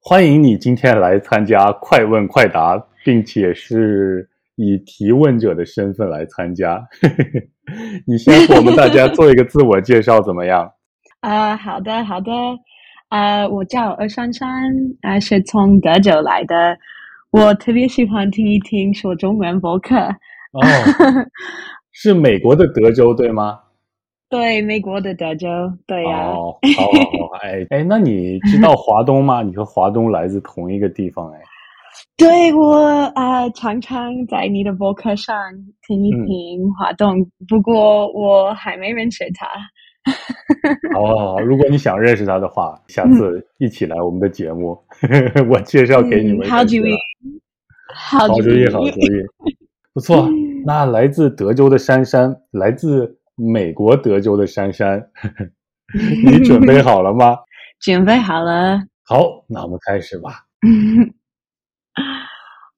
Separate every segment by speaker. Speaker 1: 欢迎你今天来参加快问快答，并且是以提问者的身份来参加。你先给我们大家做一个自我介绍，怎么样？
Speaker 2: 啊、好的，好的，啊，我叫鹅珊珊，啊、是从德州来的。我特别喜欢听一听说中文博客，
Speaker 1: 哦，是美国的德州对吗？
Speaker 2: 对美国的德州，对呀、
Speaker 1: 哦，好好好，哎哎，那你知道华东吗？你和华东来自同一个地方，哎，
Speaker 2: 对我啊、常常在你的博客上听一
Speaker 1: 嗯
Speaker 2: 听华东，不过我还没认识他。
Speaker 1: 好好好，如果你想认识他的话，下次一起来我们的节目，我介绍哦给你们认识
Speaker 2: 嗯
Speaker 1: 他。
Speaker 2: 好主意，好
Speaker 1: 好主意，好主 意，不错
Speaker 2: 嗯。
Speaker 1: 那来自德州的珊珊，来自美国德州的珊珊， 你准备好了吗？
Speaker 2: 准备好了。
Speaker 1: 好，那我们开始吧。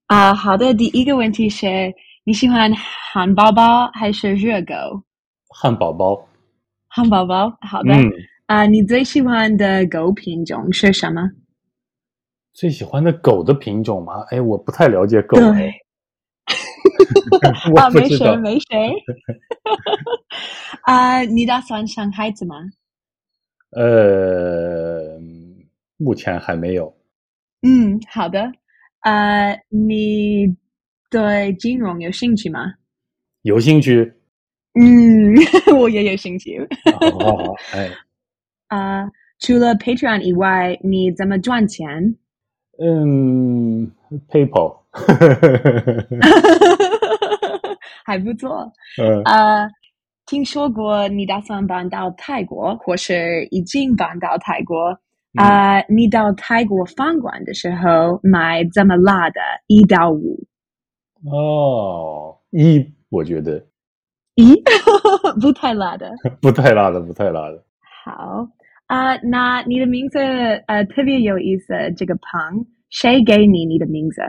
Speaker 2: 啊，好的，第一个问题是你喜欢汉堡包还是热狗？
Speaker 1: 汉堡包，
Speaker 2: 汉堡包，好的。
Speaker 1: 嗯，
Speaker 2: 啊，你最喜欢的狗品种是什么？
Speaker 1: 最喜欢的狗的品种吗？哎，我不太了解狗，
Speaker 2: 对
Speaker 1: 我
Speaker 2: 啊，
Speaker 1: 不
Speaker 2: 没
Speaker 1: 知道
Speaker 2: 谁，。没谁。 啊，你打算生孩子吗？
Speaker 1: 呃，目前还没有。
Speaker 2: 嗯，好的。啊，你对金融有兴趣吗？
Speaker 1: 有兴趣？
Speaker 2: 嗯， 我也有兴趣。
Speaker 1: 好好好， 哎，
Speaker 2: 啊、除了 Patreon 以外，你怎么赚钱？
Speaker 1: 嗯，PayPal，
Speaker 2: 啊 还不错。
Speaker 1: 嗯，
Speaker 2: 呃，听说过你打算搬到泰国，或是已经搬到泰国。啊、你到泰国饭馆的时候买这么辣的，一到五，
Speaker 1: 哦，一我觉得
Speaker 2: 咦， 不太辣的。
Speaker 1: 不太辣的，不太辣的。
Speaker 2: 好啊、那你的名字呃特别有意思，这个鹏，谁给你你的名字？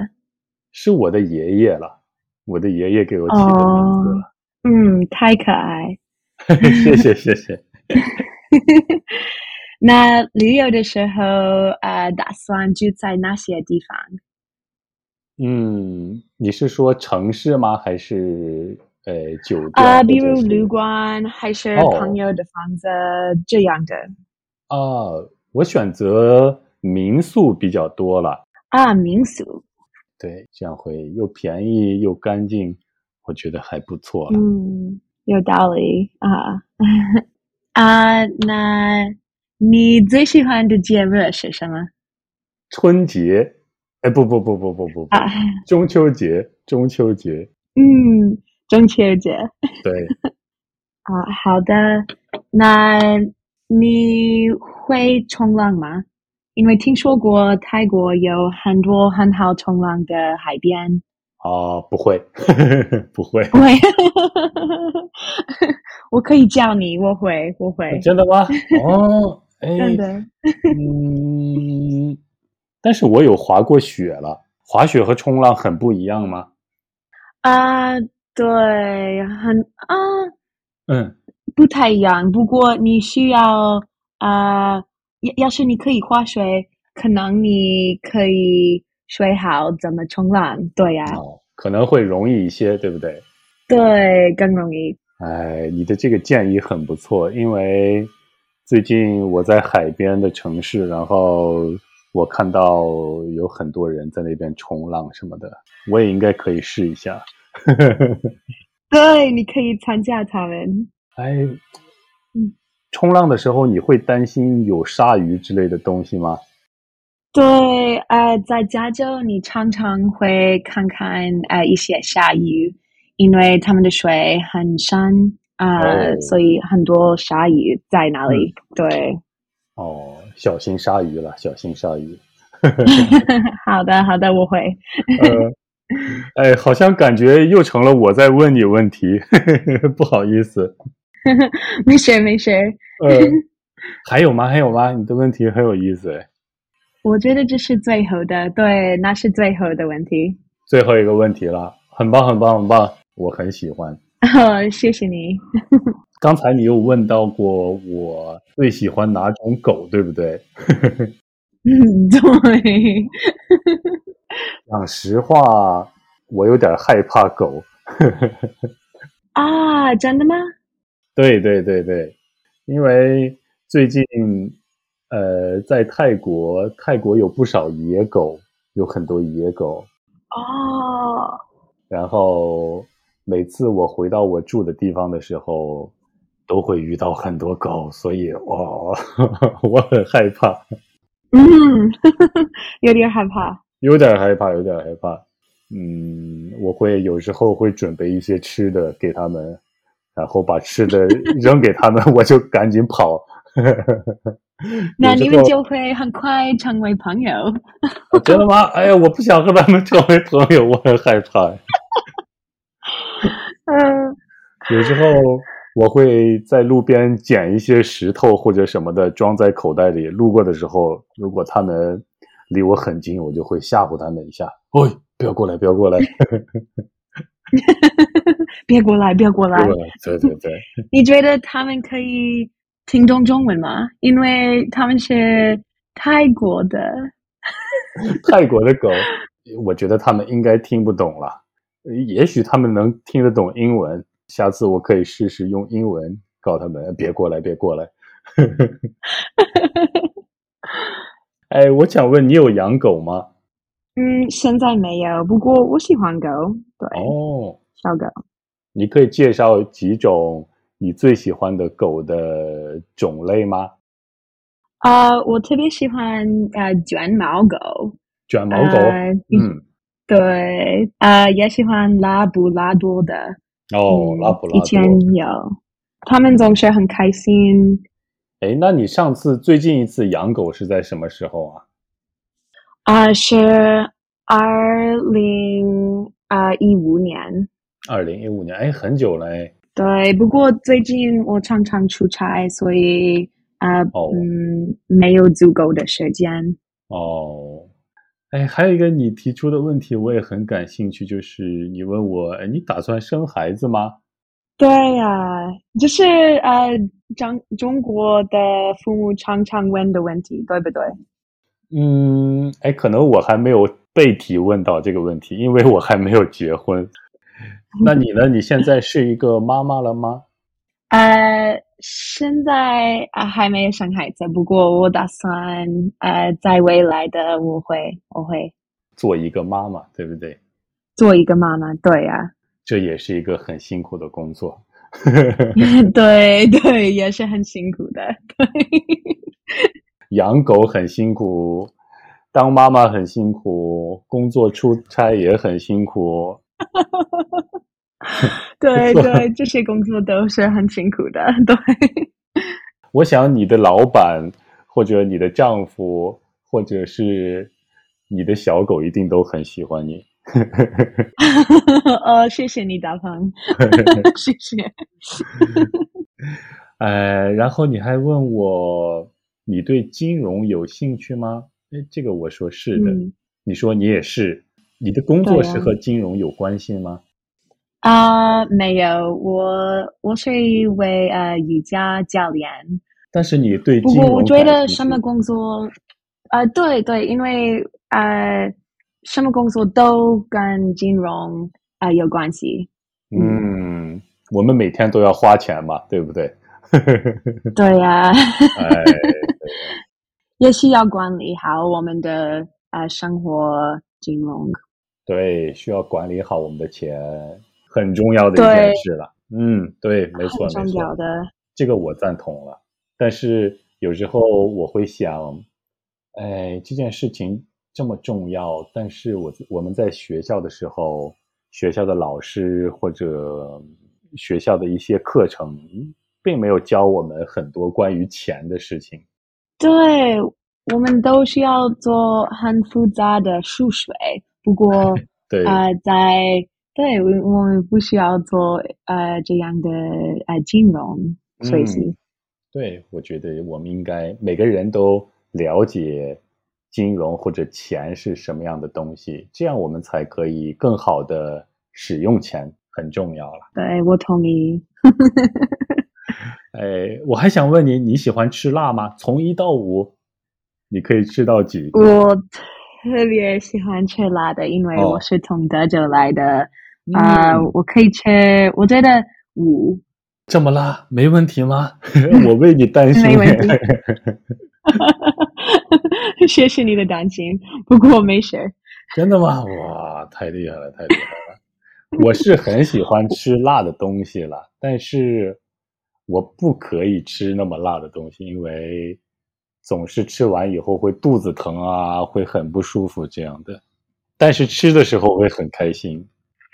Speaker 1: 是我的爷爷了，我的爷爷给我起的名字了。
Speaker 2: 嗯，太可爱。哦
Speaker 1: 谢谢谢谢。
Speaker 2: 那旅游的时候，呃，打算住在哪些地方？
Speaker 1: 嗯，你是说城市吗？还是呃酒店？
Speaker 2: 啊、
Speaker 1: 或
Speaker 2: 比
Speaker 1: 者
Speaker 2: 如
Speaker 1: 是
Speaker 2: 旅馆还是
Speaker 1: 哦
Speaker 2: 朋友的房子这样的
Speaker 1: 啊，我选择民宿比较多了。
Speaker 2: 啊，民宿。
Speaker 1: 对，这样会又便宜又干净，我觉得还不错了。
Speaker 2: 嗯，有道理啊 啊。那你最喜欢的节日是什么
Speaker 1: 春节，哎，不不不不不不不，
Speaker 2: 啊？
Speaker 1: 中秋节，中秋节，
Speaker 2: 嗯，中秋节
Speaker 1: 对，
Speaker 2: 啊。好的，那你会冲浪吗？因为听说过泰国有很多很好冲浪的海边。
Speaker 1: 啊，不会， 不会，
Speaker 2: 会， 我可以教你，我会，我会，
Speaker 1: 真的吗？ 哦，哎，
Speaker 2: 哎真的。
Speaker 1: 嗯，但是我有滑过雪了，滑雪和冲浪很不一样吗？
Speaker 2: 啊，对，很啊，
Speaker 1: 嗯，
Speaker 2: 不太一样。不过你需要啊，要要是你可以划水，可能你可以学好怎么冲浪。对呀，
Speaker 1: 哦，可能会容易一些，对不对？
Speaker 2: 对，更容易。
Speaker 1: 哎，你的这个建议很不错，因为最近我在海边的城市，然后我看到有很多人在那边冲浪什么的，我也应该可以试一下。
Speaker 2: 对，你可以参加他们。
Speaker 1: 哎
Speaker 2: 嗯，
Speaker 1: 冲浪的时候你会担心有鲨鱼之类的东西吗？
Speaker 2: 对，呃，在加州你常常会看看呃一些鲨鱼，因为它们的水很深啊，
Speaker 1: 哦
Speaker 2: 呃
Speaker 1: 嗯
Speaker 2: 所以很多鲨鱼在那里。对，
Speaker 1: 哦，小心鲨鱼了，小心鲨鱼。
Speaker 2: 好的，好的，我会。
Speaker 1: 呃，哎，好像感觉又成了我在问你问题， 不好意思。
Speaker 2: 没事，没事。
Speaker 1: 呃，还有吗？还有吗？你的问题很有意思。哎
Speaker 2: 我觉得这是最后的，对，那是最后的问题。
Speaker 1: 最后一个问题了，很棒，很棒，很棒，我很喜欢。
Speaker 2: 哦，谢谢你。
Speaker 1: 刚才你有问到过我最喜欢哪种狗，对不对？
Speaker 2: 对，
Speaker 1: 讲实话，我有点害怕狗。
Speaker 2: 啊，真的吗？
Speaker 1: 对对对对，因为最近呃，在泰国，泰国有不少野狗，有很多野狗。
Speaker 2: 哦，
Speaker 1: 然后每次我回到我住的地方的时候，都会遇到很多狗，所以哦， 我很害怕，
Speaker 2: 嗯， 有点害怕。
Speaker 1: 有点害怕，有点害怕。嗯，我会有时候会准备一些吃的给他们，然后把吃的 扔给他们，我就赶紧跑。
Speaker 2: 那
Speaker 1: 有时
Speaker 2: 你们
Speaker 1: 候
Speaker 2: 就会很快成为朋友。
Speaker 1: 啊真的吗？哎呀，我不想和他们成为朋友， 我很害怕。
Speaker 2: 嗯，
Speaker 1: 有时候我会在路边捡一些石头或者什么的，装在口袋里。路过的时候，如果他们离我很近，我就会吓唬他们一 下：“喂，哎不要过来，不要 过来，不
Speaker 2: 别过来，别过
Speaker 1: 要
Speaker 2: 来
Speaker 1: 过。来。”对对对，
Speaker 2: 你觉得他们可以听懂中文吗？因为他们是泰国的。
Speaker 1: 泰国的狗， 我觉得他们应该听不懂了。也许他们能听得懂英文，下次我可以试试用英文告他们：“别过来，别过来。”哎，我想问你有养狗吗？
Speaker 2: 嗯，现在没有，不过我喜欢狗，对，
Speaker 1: 哦，
Speaker 2: 小狗。
Speaker 1: 你可以介绍几种你最喜欢的狗的种类吗？
Speaker 2: 啊、我特别喜欢呃卷毛狗，
Speaker 1: 卷毛狗，
Speaker 2: 呃
Speaker 1: 嗯，
Speaker 2: 对，呃，也喜欢拉布拉多的，
Speaker 1: 哦，
Speaker 2: 嗯
Speaker 1: 拉布
Speaker 2: 以
Speaker 1: 拉
Speaker 2: 前
Speaker 1: 多。
Speaker 2: 有，他们总是很开心。
Speaker 1: 哎，那你上次最近一次养狗是在什么时候啊？
Speaker 2: 啊、是二零啊一五年，
Speaker 1: 二零一五年，哎，很久了哎。
Speaker 2: 对，不过最近我常常出差，所以啊、
Speaker 1: 哦
Speaker 2: 嗯，没有足够的时间。
Speaker 1: 哦，哎，还有一个你提出的问题我也很感兴趣，就是你问我，哎，你打算生孩子吗？
Speaker 2: 对呀、就是呃，中中国的父母常常问的问题，对不对？
Speaker 1: 嗯，哎，可能我还没有被提问到这个问题，因为我还没有结婚。那你呢？你现在是一个妈妈了吗？
Speaker 2: 呃，现在啊、还没有生孩子，不过我打算呃，在未来的我会我会
Speaker 1: 做一个妈妈，对不对？
Speaker 2: 做一个妈妈。对啊呀、
Speaker 1: 这也是一个很辛苦的工作。
Speaker 2: 对对，也是很辛苦的。
Speaker 1: 养狗很辛苦，当妈妈很辛苦，工作出差也很辛苦。
Speaker 2: 对对，这些工作都是很辛苦的。 对，
Speaker 1: 我想你的老板，或者你的丈夫，或者是你的小狗，一定都很喜欢你。
Speaker 2: 呃，谢谢你，大 鹏，谢谢。
Speaker 1: 呃，然后你还问我，你对金融有兴趣吗？哎，这个我说是的，
Speaker 2: 嗯
Speaker 1: 你说你也是。你的工作
Speaker 2: 对呀
Speaker 1: 是和金融有关系吗？
Speaker 2: 啊、没有，我我是一位呃瑜伽教练。
Speaker 1: 但是你对
Speaker 2: 不
Speaker 1: 金
Speaker 2: 过
Speaker 1: 融
Speaker 2: 我觉
Speaker 1: 感
Speaker 2: 得
Speaker 1: 兴
Speaker 2: 什
Speaker 1: 趣
Speaker 2: 么工作，啊、对对，因为呃，什么工作都跟金融啊、呃有关系。
Speaker 1: 嗯，我们每天都要花钱嘛，对不 对？
Speaker 2: 对呀、
Speaker 1: 哎，
Speaker 2: 也是要管理好我们的呃生活金融。
Speaker 1: 对，需要管理好我们的钱，很重要的一件
Speaker 2: 对
Speaker 1: 事了。嗯，对，没错，
Speaker 2: 很重
Speaker 1: 没
Speaker 2: 要
Speaker 1: 错，
Speaker 2: 的。
Speaker 1: 这个我赞同了。但是有时候我会想，哎，这件事情这么重要，但是我我们在学校的时候，学校的老师或者学校的一些课程，并没有教我们很多关于钱的事情。
Speaker 2: 对，我们都需要做很复杂的数学，不过
Speaker 1: 对，
Speaker 2: 呃，在对我我们不需要做呃这样的呃金融学习。
Speaker 1: 嗯对，我觉得我们应该每个人都了解金融或者钱是什么样的东西，这样我们才可以更好的使用钱，很重要了。
Speaker 2: 对，我同意。
Speaker 1: 哎，我还想问你，你喜欢吃辣吗？从一到五，你可以吃到几个？
Speaker 2: 我特别喜欢吃辣的，因为
Speaker 1: 哦
Speaker 2: 我是从德州来的。
Speaker 1: 嗯
Speaker 2: 啊、我可以吃，我觉得五
Speaker 1: 这么辣，没问题吗？ 我为你担心。
Speaker 2: 没问题谢谢你的担心，不过没事儿。
Speaker 1: 真的吗？哇，太厉害了，太厉害了！我是很喜欢吃辣的东西了，但是我不可以吃那么辣的东西，因为总是吃完以后会肚子疼啊，会很不舒服这样的。但是吃的时候会很开心，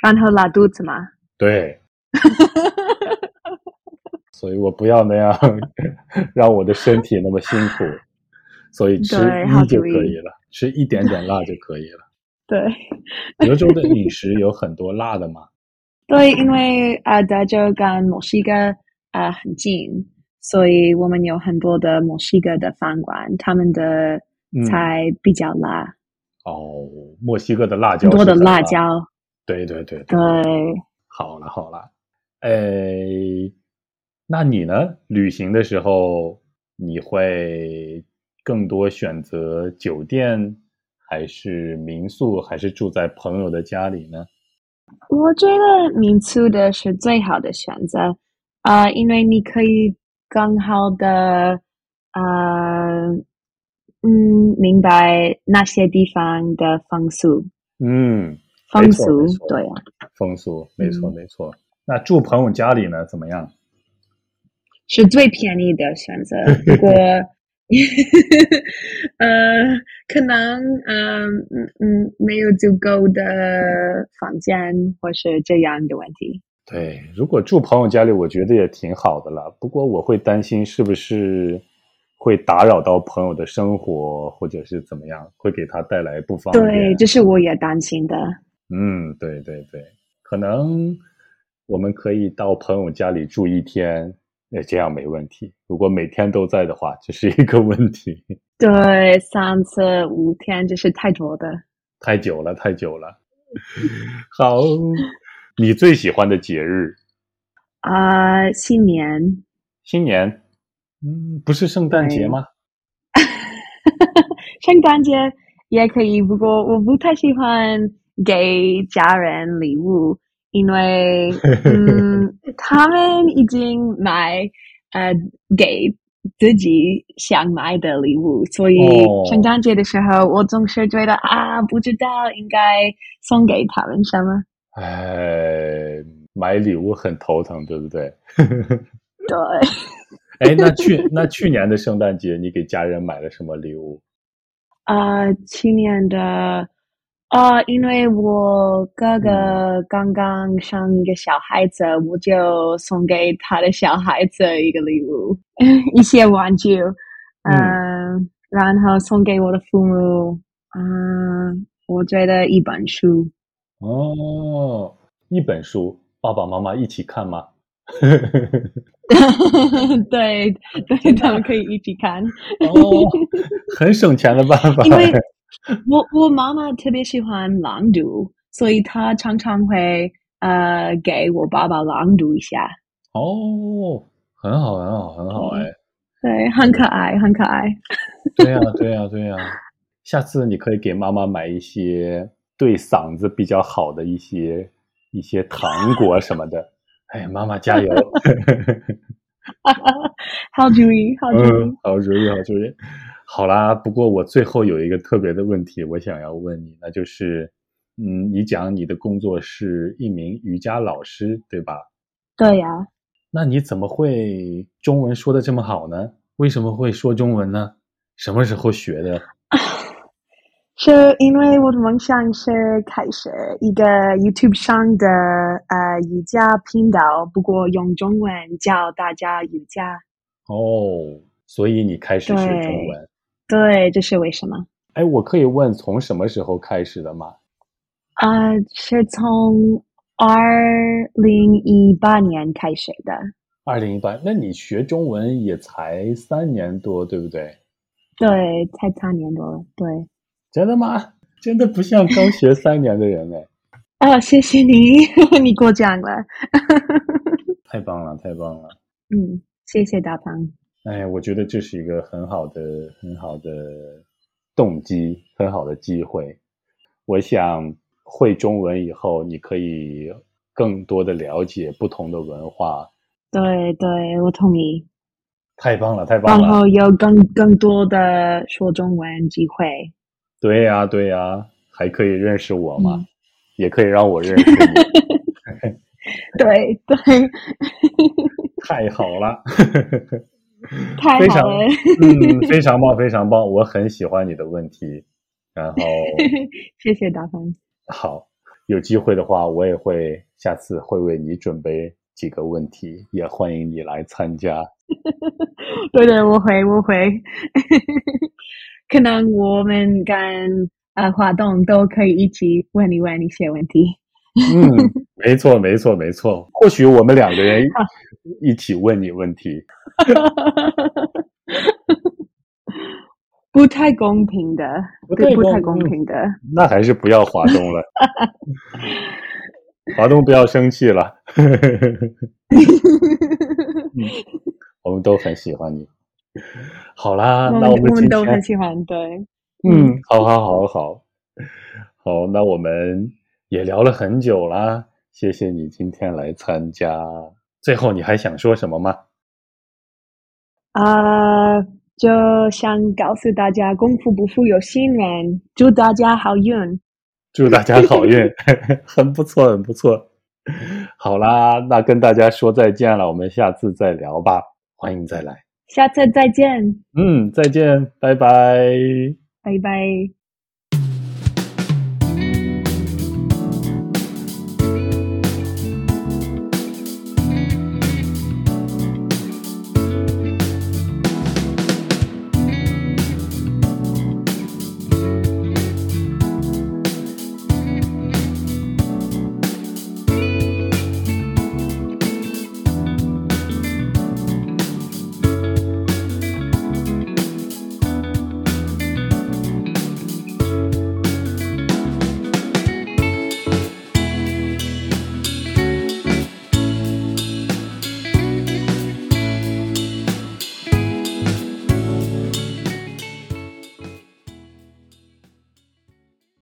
Speaker 2: 然后拉肚子嘛，
Speaker 1: 对。所以我不要那样让我的身体那么辛苦，所以吃
Speaker 2: 对好
Speaker 1: 一就
Speaker 2: 主意
Speaker 1: 可以了，吃一点点辣就可以了。
Speaker 2: 对
Speaker 1: 德州的饮食有很多辣的吗？
Speaker 2: 对，因为啊、呃德州跟墨西哥啊、呃很近，所以我们有很多的墨西哥的饭馆，他们的
Speaker 1: 嗯
Speaker 2: 菜比较辣，
Speaker 1: 哦，墨西哥的辣椒
Speaker 2: 很多的
Speaker 1: 是很
Speaker 2: 辣
Speaker 1: 辣
Speaker 2: 椒。
Speaker 1: 对对对
Speaker 2: 对
Speaker 1: 对，，好了好了，哎，那你呢？旅行的时候你会更多选择酒店，还是民宿，还是住在朋友的家里呢？
Speaker 2: 我觉得民宿的是最好的选择，啊、因为你可以更好的，呃，嗯，明白那些地方的风俗，
Speaker 1: 嗯，没
Speaker 2: 风
Speaker 1: 错
Speaker 2: 俗
Speaker 1: 没，错
Speaker 2: 对啊，
Speaker 1: 风俗没错
Speaker 2: 嗯
Speaker 1: 没错。那住朋友家里呢？怎么样？
Speaker 2: 是最便宜的选择。不过，呃，可能，呃嗯嗯，没有足够的房间或是这样的问题。
Speaker 1: 对，如果住朋友家里，我觉得也挺好的了。不过我会担心是不是会打扰到朋友的生活，或者是怎么样，会给他带来不方便。
Speaker 2: 对，这是我也担心的。
Speaker 1: 嗯，对对对，可能我们可以到朋友家里住一天，呃，这样没问题。如果每天都在的话，这是一个问题，
Speaker 2: 对，三次五天这是太多的。
Speaker 1: 太久了，太久了。 好，你最喜欢的节日，
Speaker 2: 啊、新年，
Speaker 1: 新年，嗯，不是圣诞节
Speaker 2: 对
Speaker 1: 吗？
Speaker 2: 圣诞节也可以，不过我不太喜欢给家人礼物，因为嗯，他们已经买呃给自己想买的礼物，所以
Speaker 1: 哦
Speaker 2: 圣诞节的时候，我总是觉得啊，不知道应该送给他们什么。
Speaker 1: 哎，买礼物很头疼，对不对？
Speaker 2: 对，
Speaker 1: 哎，那去那去年的圣诞节，你给家人买了什么礼物？
Speaker 2: 呃，去年的，呃，因为我哥哥刚刚生一个小孩子，我就送给他的小孩子一个礼物， 一些玩具，
Speaker 1: 嗯
Speaker 2: 嗯，然后送给我的父母，嗯，我觉得一本书，
Speaker 1: 哦，一本书，爸爸妈妈一起看吗？
Speaker 2: 对 对，他们可以一起看。
Speaker 1: 哦，很省钱的办法。
Speaker 2: 因为 我我妈妈特别喜欢朗读，所以她常常会呃给我爸爸朗读一下，
Speaker 1: 哦，很好，很好，很好，哎，
Speaker 2: 对，很可爱，很可爱。
Speaker 1: 对呀，对呀，对呀。下次你可以给妈妈买一些对嗓子比较好的一些一些糖果什么的。哎，妈妈加油！
Speaker 2: 好主意，好主意。
Speaker 1: 嗯，好主意，好主意。好啦，不过我最后有一个特别的问题，我想要问你，那就是，嗯，你讲你的工作是一名瑜伽老师，对吧？
Speaker 2: 对啊呀、
Speaker 1: 那你怎么会中文说的这么好呢？为什么会说中文呢？什么时候学的？
Speaker 2: 是因为我的梦想是开始一个 YouTube 上的呃瑜伽频道，不过用中文教大家瑜伽。
Speaker 1: 哦，所以你开始学中文。
Speaker 2: 对，这是为什么？
Speaker 1: 哎，我可以问从什么时候开始的吗？
Speaker 2: 啊、是从二零一八年开始的。
Speaker 1: 二零一八，那你学中文也才三年多，对不对？
Speaker 2: 对，才三年多了。对，
Speaker 1: 真的吗？真的不像刚学三年的人哎。
Speaker 2: 哦，谢谢你， 你过奖了。
Speaker 1: 太棒了，太棒了！
Speaker 2: 嗯，谢谢大鹏。
Speaker 1: 哎，我觉得这是一个很好的、很好的动机，很好的机会。我想会中文以后，你可以更多的了解不同的文化。
Speaker 2: 对对，我同意。
Speaker 1: 太棒了，太棒
Speaker 2: 然
Speaker 1: 了！
Speaker 2: 后有更更多的说中文机会。
Speaker 1: 对呀、对呀、还可以认识我嘛，
Speaker 2: 嗯
Speaker 1: 也可以让我认识你，
Speaker 2: 对对，
Speaker 1: 太好了！
Speaker 2: 太
Speaker 1: 非
Speaker 2: 好
Speaker 1: 常
Speaker 2: 了，
Speaker 1: 嗯，非常棒，非常棒，我很喜欢你的问题。然后
Speaker 2: 谢谢大凡。
Speaker 1: 好，有机会的话，我也会下次会为你准备几个问题，也欢迎你来参加。
Speaker 2: 对对，我会 我会。可能我们跟呃华东都可以一起问你问一些问题。
Speaker 1: 嗯，没错，没错，没错。或许我们两个人一起问你问题。
Speaker 2: 不太公平的，
Speaker 1: 不
Speaker 2: 对
Speaker 1: 太
Speaker 2: 不太
Speaker 1: 公
Speaker 2: 公平的。
Speaker 1: 那还是不要华东了，华东不要生气了。嗯我们都很喜欢你。好啦，
Speaker 2: 我
Speaker 1: 那
Speaker 2: 们
Speaker 1: 们
Speaker 2: 我
Speaker 1: 今
Speaker 2: 们都很
Speaker 1: 天，
Speaker 2: 喜欢，对，
Speaker 1: 嗯，好好好好好，那我们也聊了很久啦，谢谢你今天来参加。最后你还想说什么吗？
Speaker 2: 啊、就想告诉大家，功夫不负有心人，祝大家好运。
Speaker 1: 祝大家好运， 很不错，很不错。好啦，那跟大家说再见了，我们下次再聊吧，欢迎再来。
Speaker 2: 下次再见，
Speaker 1: 嗯，再见，拜拜。
Speaker 2: 拜拜。